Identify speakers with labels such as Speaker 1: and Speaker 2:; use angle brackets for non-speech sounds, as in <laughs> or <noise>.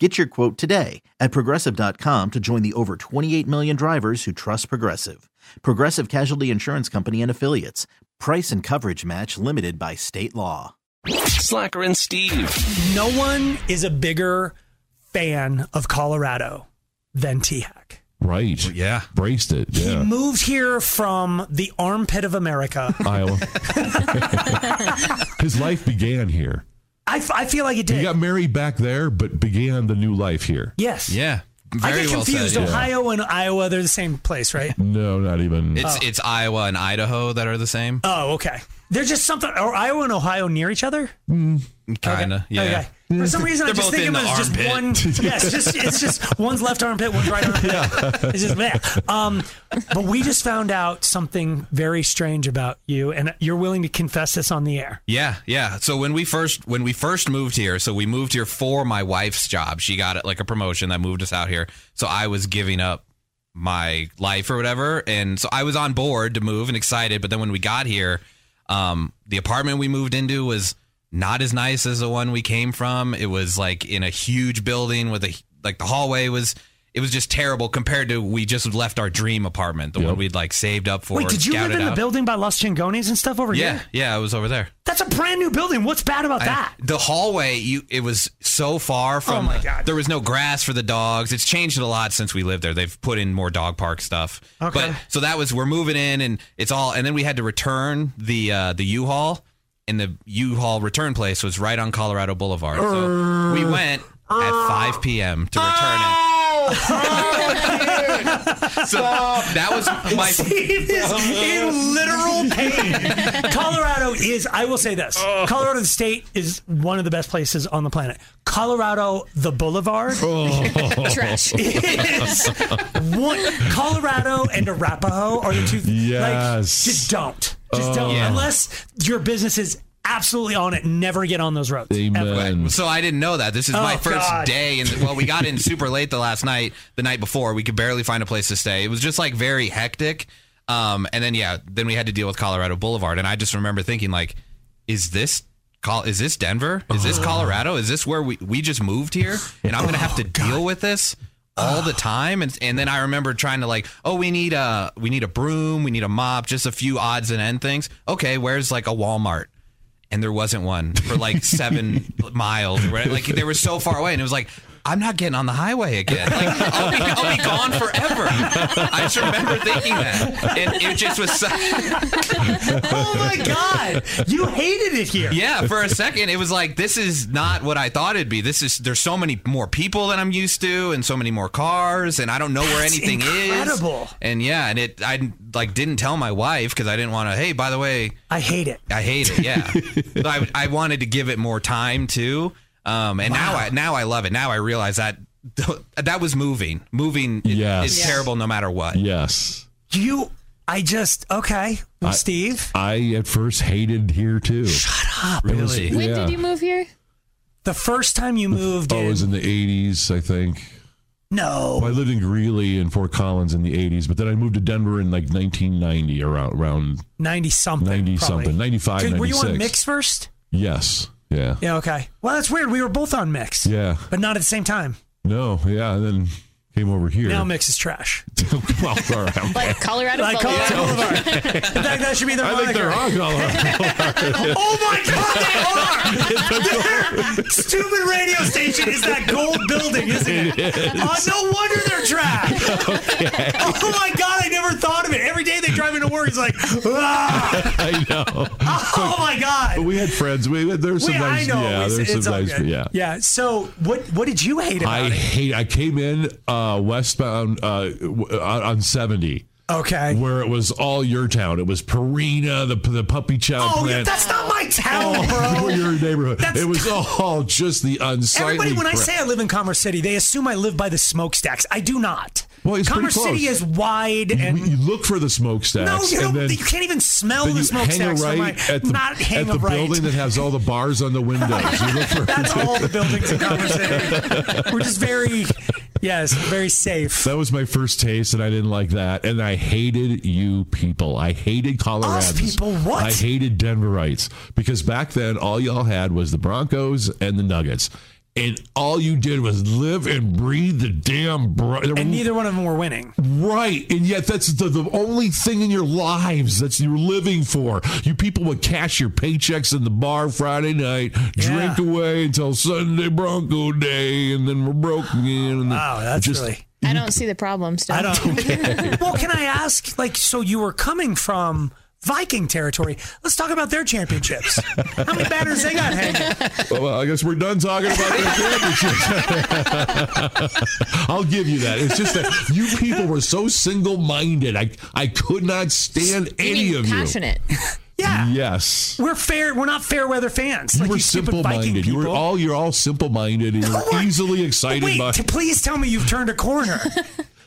Speaker 1: Get your quote today at progressive.com to join the over 28 million drivers who trust Progressive. Progressive Casualty Insurance Company and Affiliates. Price and coverage match limited by state law.
Speaker 2: Slacker and Steve. <laughs>
Speaker 3: No one is a bigger fan of Colorado than T Hack.
Speaker 4: Right.
Speaker 5: Yeah.
Speaker 4: Braced it.
Speaker 3: He
Speaker 4: Yeah.
Speaker 3: moved here from the armpit of
Speaker 5: <laughs>
Speaker 3: America. <laughs>
Speaker 4: Iowa. His life began here.
Speaker 3: I, f- I feel like it
Speaker 4: He
Speaker 3: did.
Speaker 4: got married back there, but began the new life here.
Speaker 3: yes.
Speaker 5: Yeah.
Speaker 3: I
Speaker 5: Very
Speaker 3: get
Speaker 5: well
Speaker 3: confused.
Speaker 5: said. yeah.
Speaker 3: Ohio and Iowa, they're the same place,
Speaker 5: <laughs>
Speaker 3: right?
Speaker 4: No, not even.
Speaker 5: It's it's Iowa and Idaho that are the same.
Speaker 3: oh, okay. They're just something. Are Iowa and Ohio near each other?
Speaker 5: Kinda. Yeah.
Speaker 3: Okay. For some reason,
Speaker 5: They're
Speaker 3: I just
Speaker 5: both
Speaker 3: think
Speaker 5: in
Speaker 3: of it
Speaker 5: the
Speaker 3: as just
Speaker 5: armpit. <laughs>
Speaker 3: one. Yes, just it's just one's left armpit, one's right armpit. It's just meh. Um, but we just found out something very strange about you, and you're willing to confess this on the air.
Speaker 5: Yeah, yeah. So when we first when we first moved here, so we moved here for my wife's job. She got like a promotion that moved us out here. So I was giving up my life or whatever, and so I was on board to move and excited. But then when we got here, um, the apartment we moved into was not as nice as the one we came from. It was like in a huge building with a like the hallway was. It was just terrible compared to we just left our dream apartment, the one we'd like saved up for.
Speaker 3: Wait, did you live
Speaker 5: scouted
Speaker 3: in the
Speaker 5: out.
Speaker 3: building by Los Chingones and stuff over
Speaker 5: Yeah,
Speaker 3: here?
Speaker 5: yeah, I was over there.
Speaker 3: That's a brand new building. What's bad about
Speaker 5: I-
Speaker 3: that?
Speaker 5: The hallway, you it was so far from.
Speaker 3: Oh, my God.
Speaker 5: There was no grass for the dogs. It's changed a lot since we lived there. They've put in more dog park stuff.
Speaker 3: Okay.
Speaker 5: But so that was we're moving in, and it's all. And then we had to return the uh, the U-Haul, and the U-Haul return place was right on Colorado Boulevard. So we went at 5 p.m. to return it.
Speaker 3: Oh, <laughs>
Speaker 5: <laughs> So that was
Speaker 3: <laughs>
Speaker 5: my.
Speaker 3: Steve is in literal
Speaker 5: <laughs>
Speaker 3: pain. Colorado is, I will say this
Speaker 5: Oh.
Speaker 3: Colorado the state is one of the best places on the planet. Colorado the Boulevard
Speaker 5: Oh.
Speaker 3: <laughs>
Speaker 6: trash.
Speaker 3: is one. Colorado and Arapahoe are the two. Like,
Speaker 4: Yes.
Speaker 3: just don't. Just don't.
Speaker 5: Yeah.
Speaker 3: Unless your business is absolutely on it, never get on those roads. Ever.
Speaker 4: Amen.
Speaker 5: So I didn't know that. This is my
Speaker 3: Oh,
Speaker 5: first
Speaker 3: God.
Speaker 5: day, and well, we got in super late the last night, the night before. We could barely find a place to stay. It was just like very hectic. Um, and then yeah, then we had to deal with Colorado Boulevard, and I just remember thinking like, is this? Col- Is this Denver? Is this Colorado? Is this where we, we just moved here? And I'm gonna have to deal with this all the time. And and then I remember trying to like, oh, we need a we need a broom, we need a mop, just a few odds and end things. Okay, where's like a Walmart? and there wasn't one for like
Speaker 3: <laughs>
Speaker 5: seven miles. Right? Like they were so far away, and it was like. I'm not getting on the highway again. Like, I'll, be, I'll be gone forever. I just remember thinking that, and it just was. So,
Speaker 3: Oh my God. <laughs> You hated it here.
Speaker 5: yeah, for a second, it was like this is not what I thought it'd be. This is there's so many more people than I'm used to, and so many more cars, and I don't know where
Speaker 3: That's
Speaker 5: anything
Speaker 3: incredible.
Speaker 5: is. And yeah, and it I like didn't tell my wife because I didn't want to. Hey, by the way,
Speaker 3: I hate it.
Speaker 5: I hate it. Yeah, But I, I wanted to give it more time too, um, and now I now I love it. Now I realize that that was moving. Moving i-
Speaker 4: Yes.
Speaker 5: is
Speaker 4: Yeah.
Speaker 5: terrible no matter what.
Speaker 4: yes.
Speaker 3: You, I just, okay. Well, Steve,
Speaker 4: I at first hated here too.
Speaker 5: Really?
Speaker 6: When
Speaker 4: Yeah.
Speaker 6: did you move here?
Speaker 3: the first time
Speaker 4: <laughs>
Speaker 3: you moved
Speaker 4: Oh, it
Speaker 3: in,
Speaker 4: was in the 80s, I think.
Speaker 3: no.
Speaker 4: Well, I lived in Greeley and Fort Collins in the 80s, but then I moved to Denver in like 1990, around, around
Speaker 3: 90 something. probably.
Speaker 4: 90 something, 95,
Speaker 3: Dude, Were you on
Speaker 4: 96.
Speaker 3: Mix first?
Speaker 4: yes. Yeah.
Speaker 3: Yeah, okay. Well, that's weird. We were both on Mix,
Speaker 4: Yeah.
Speaker 3: but not at the same time.
Speaker 4: No. Yeah. And then came over here. <laughs>
Speaker 3: Now Mix is trash.
Speaker 4: well, all right.
Speaker 6: Like Colorado
Speaker 3: Like
Speaker 6: Boulevard.
Speaker 3: Colorado Boulevard. <laughs> In fact, that should be their
Speaker 4: I think they're
Speaker 3: moniker.
Speaker 4: on
Speaker 3: <laughs>
Speaker 4: Colorado.
Speaker 3: Oh my God, they are! Their stupid radio station is that gold building, isn't it? Oh, no wonder they're trash. Oh my God, I never thought of it. Every day they drive into work, it's like, ah,
Speaker 4: I know.
Speaker 3: oh my God.
Speaker 4: We had friends. We there's some
Speaker 3: Wait,
Speaker 4: nice.
Speaker 3: I know.
Speaker 4: Yeah,
Speaker 3: it's,
Speaker 4: there's some
Speaker 3: it's all
Speaker 4: nice.
Speaker 3: good.
Speaker 4: Yeah.
Speaker 3: Yeah. So what? What did you hate about
Speaker 4: I
Speaker 3: it?
Speaker 4: hate. I came in uh, westbound uh, w- on on seventy,
Speaker 3: Okay.
Speaker 4: where it was all your town. It was Perina, the the puppy chow
Speaker 3: Oh, yeah,
Speaker 4: plant.
Speaker 3: that's not my town,
Speaker 4: <laughs> all
Speaker 3: bro.
Speaker 4: your neighborhood.
Speaker 3: That's-
Speaker 4: it was all just the unsightly.
Speaker 3: Everybody, when I
Speaker 4: crap.
Speaker 3: say I live in Commerce City, they assume I live by the smokestacks. I do not.
Speaker 4: Well, it's pretty
Speaker 3: Commerce City
Speaker 4: close.
Speaker 3: is wide and.
Speaker 4: you look for the smokestacks.
Speaker 3: no, you,
Speaker 4: and
Speaker 3: don't,
Speaker 4: then,
Speaker 3: you can't even smell
Speaker 4: then
Speaker 3: the
Speaker 4: you
Speaker 3: smokestacks.
Speaker 4: hang a
Speaker 3: from
Speaker 4: right
Speaker 3: my-
Speaker 4: at the,
Speaker 3: not hang
Speaker 4: at the
Speaker 3: a right.
Speaker 4: building that has all the bars on the windows. You
Speaker 3: <laughs>
Speaker 4: look for
Speaker 3: That's
Speaker 4: <laughs>
Speaker 3: all the buildings in Commerce City. We're just very, yes, very safe.
Speaker 4: That was my first taste, and I didn't like that. And I hated you people. I hated Coloradans.
Speaker 3: people? What?
Speaker 4: I hated Denverites because back then all y'all had was the Broncos and the Nuggets, and all you did was live and breathe the damn. Bro-
Speaker 3: And neither one of them were winning.
Speaker 4: Right, and yet that's the, the only thing in your lives that you're living for. You people would cash your paychecks in the bar Friday night, drink
Speaker 3: Yeah.
Speaker 4: away until Sunday Bronco Day, and then we're broke again. And
Speaker 3: Wow, Oh, that's
Speaker 4: just,
Speaker 3: really.
Speaker 6: I don't see the problem. Still.
Speaker 3: I don't.
Speaker 4: <laughs>
Speaker 3: well, can I ask? Like, so you were coming from Viking territory. Let's talk about their championships. How many banners they got hanging?
Speaker 4: Well, I guess we're done talking about the championships. <laughs> I'll give you that. It's just that you people were so single-minded. I I could not stand
Speaker 6: You
Speaker 4: any
Speaker 6: mean
Speaker 4: of
Speaker 6: passionate. <laughs>
Speaker 3: Yeah.
Speaker 4: you. Yes.
Speaker 3: We're fair. We're not fair weather fans.
Speaker 4: You
Speaker 3: like
Speaker 4: were
Speaker 3: you stupid Viking
Speaker 4: simple-minded. You were
Speaker 3: people.
Speaker 4: all you're all simple-minded and you were
Speaker 3: What?
Speaker 4: easily excited
Speaker 3: Wait,
Speaker 4: by
Speaker 3: t- please tell me you've turned a corner.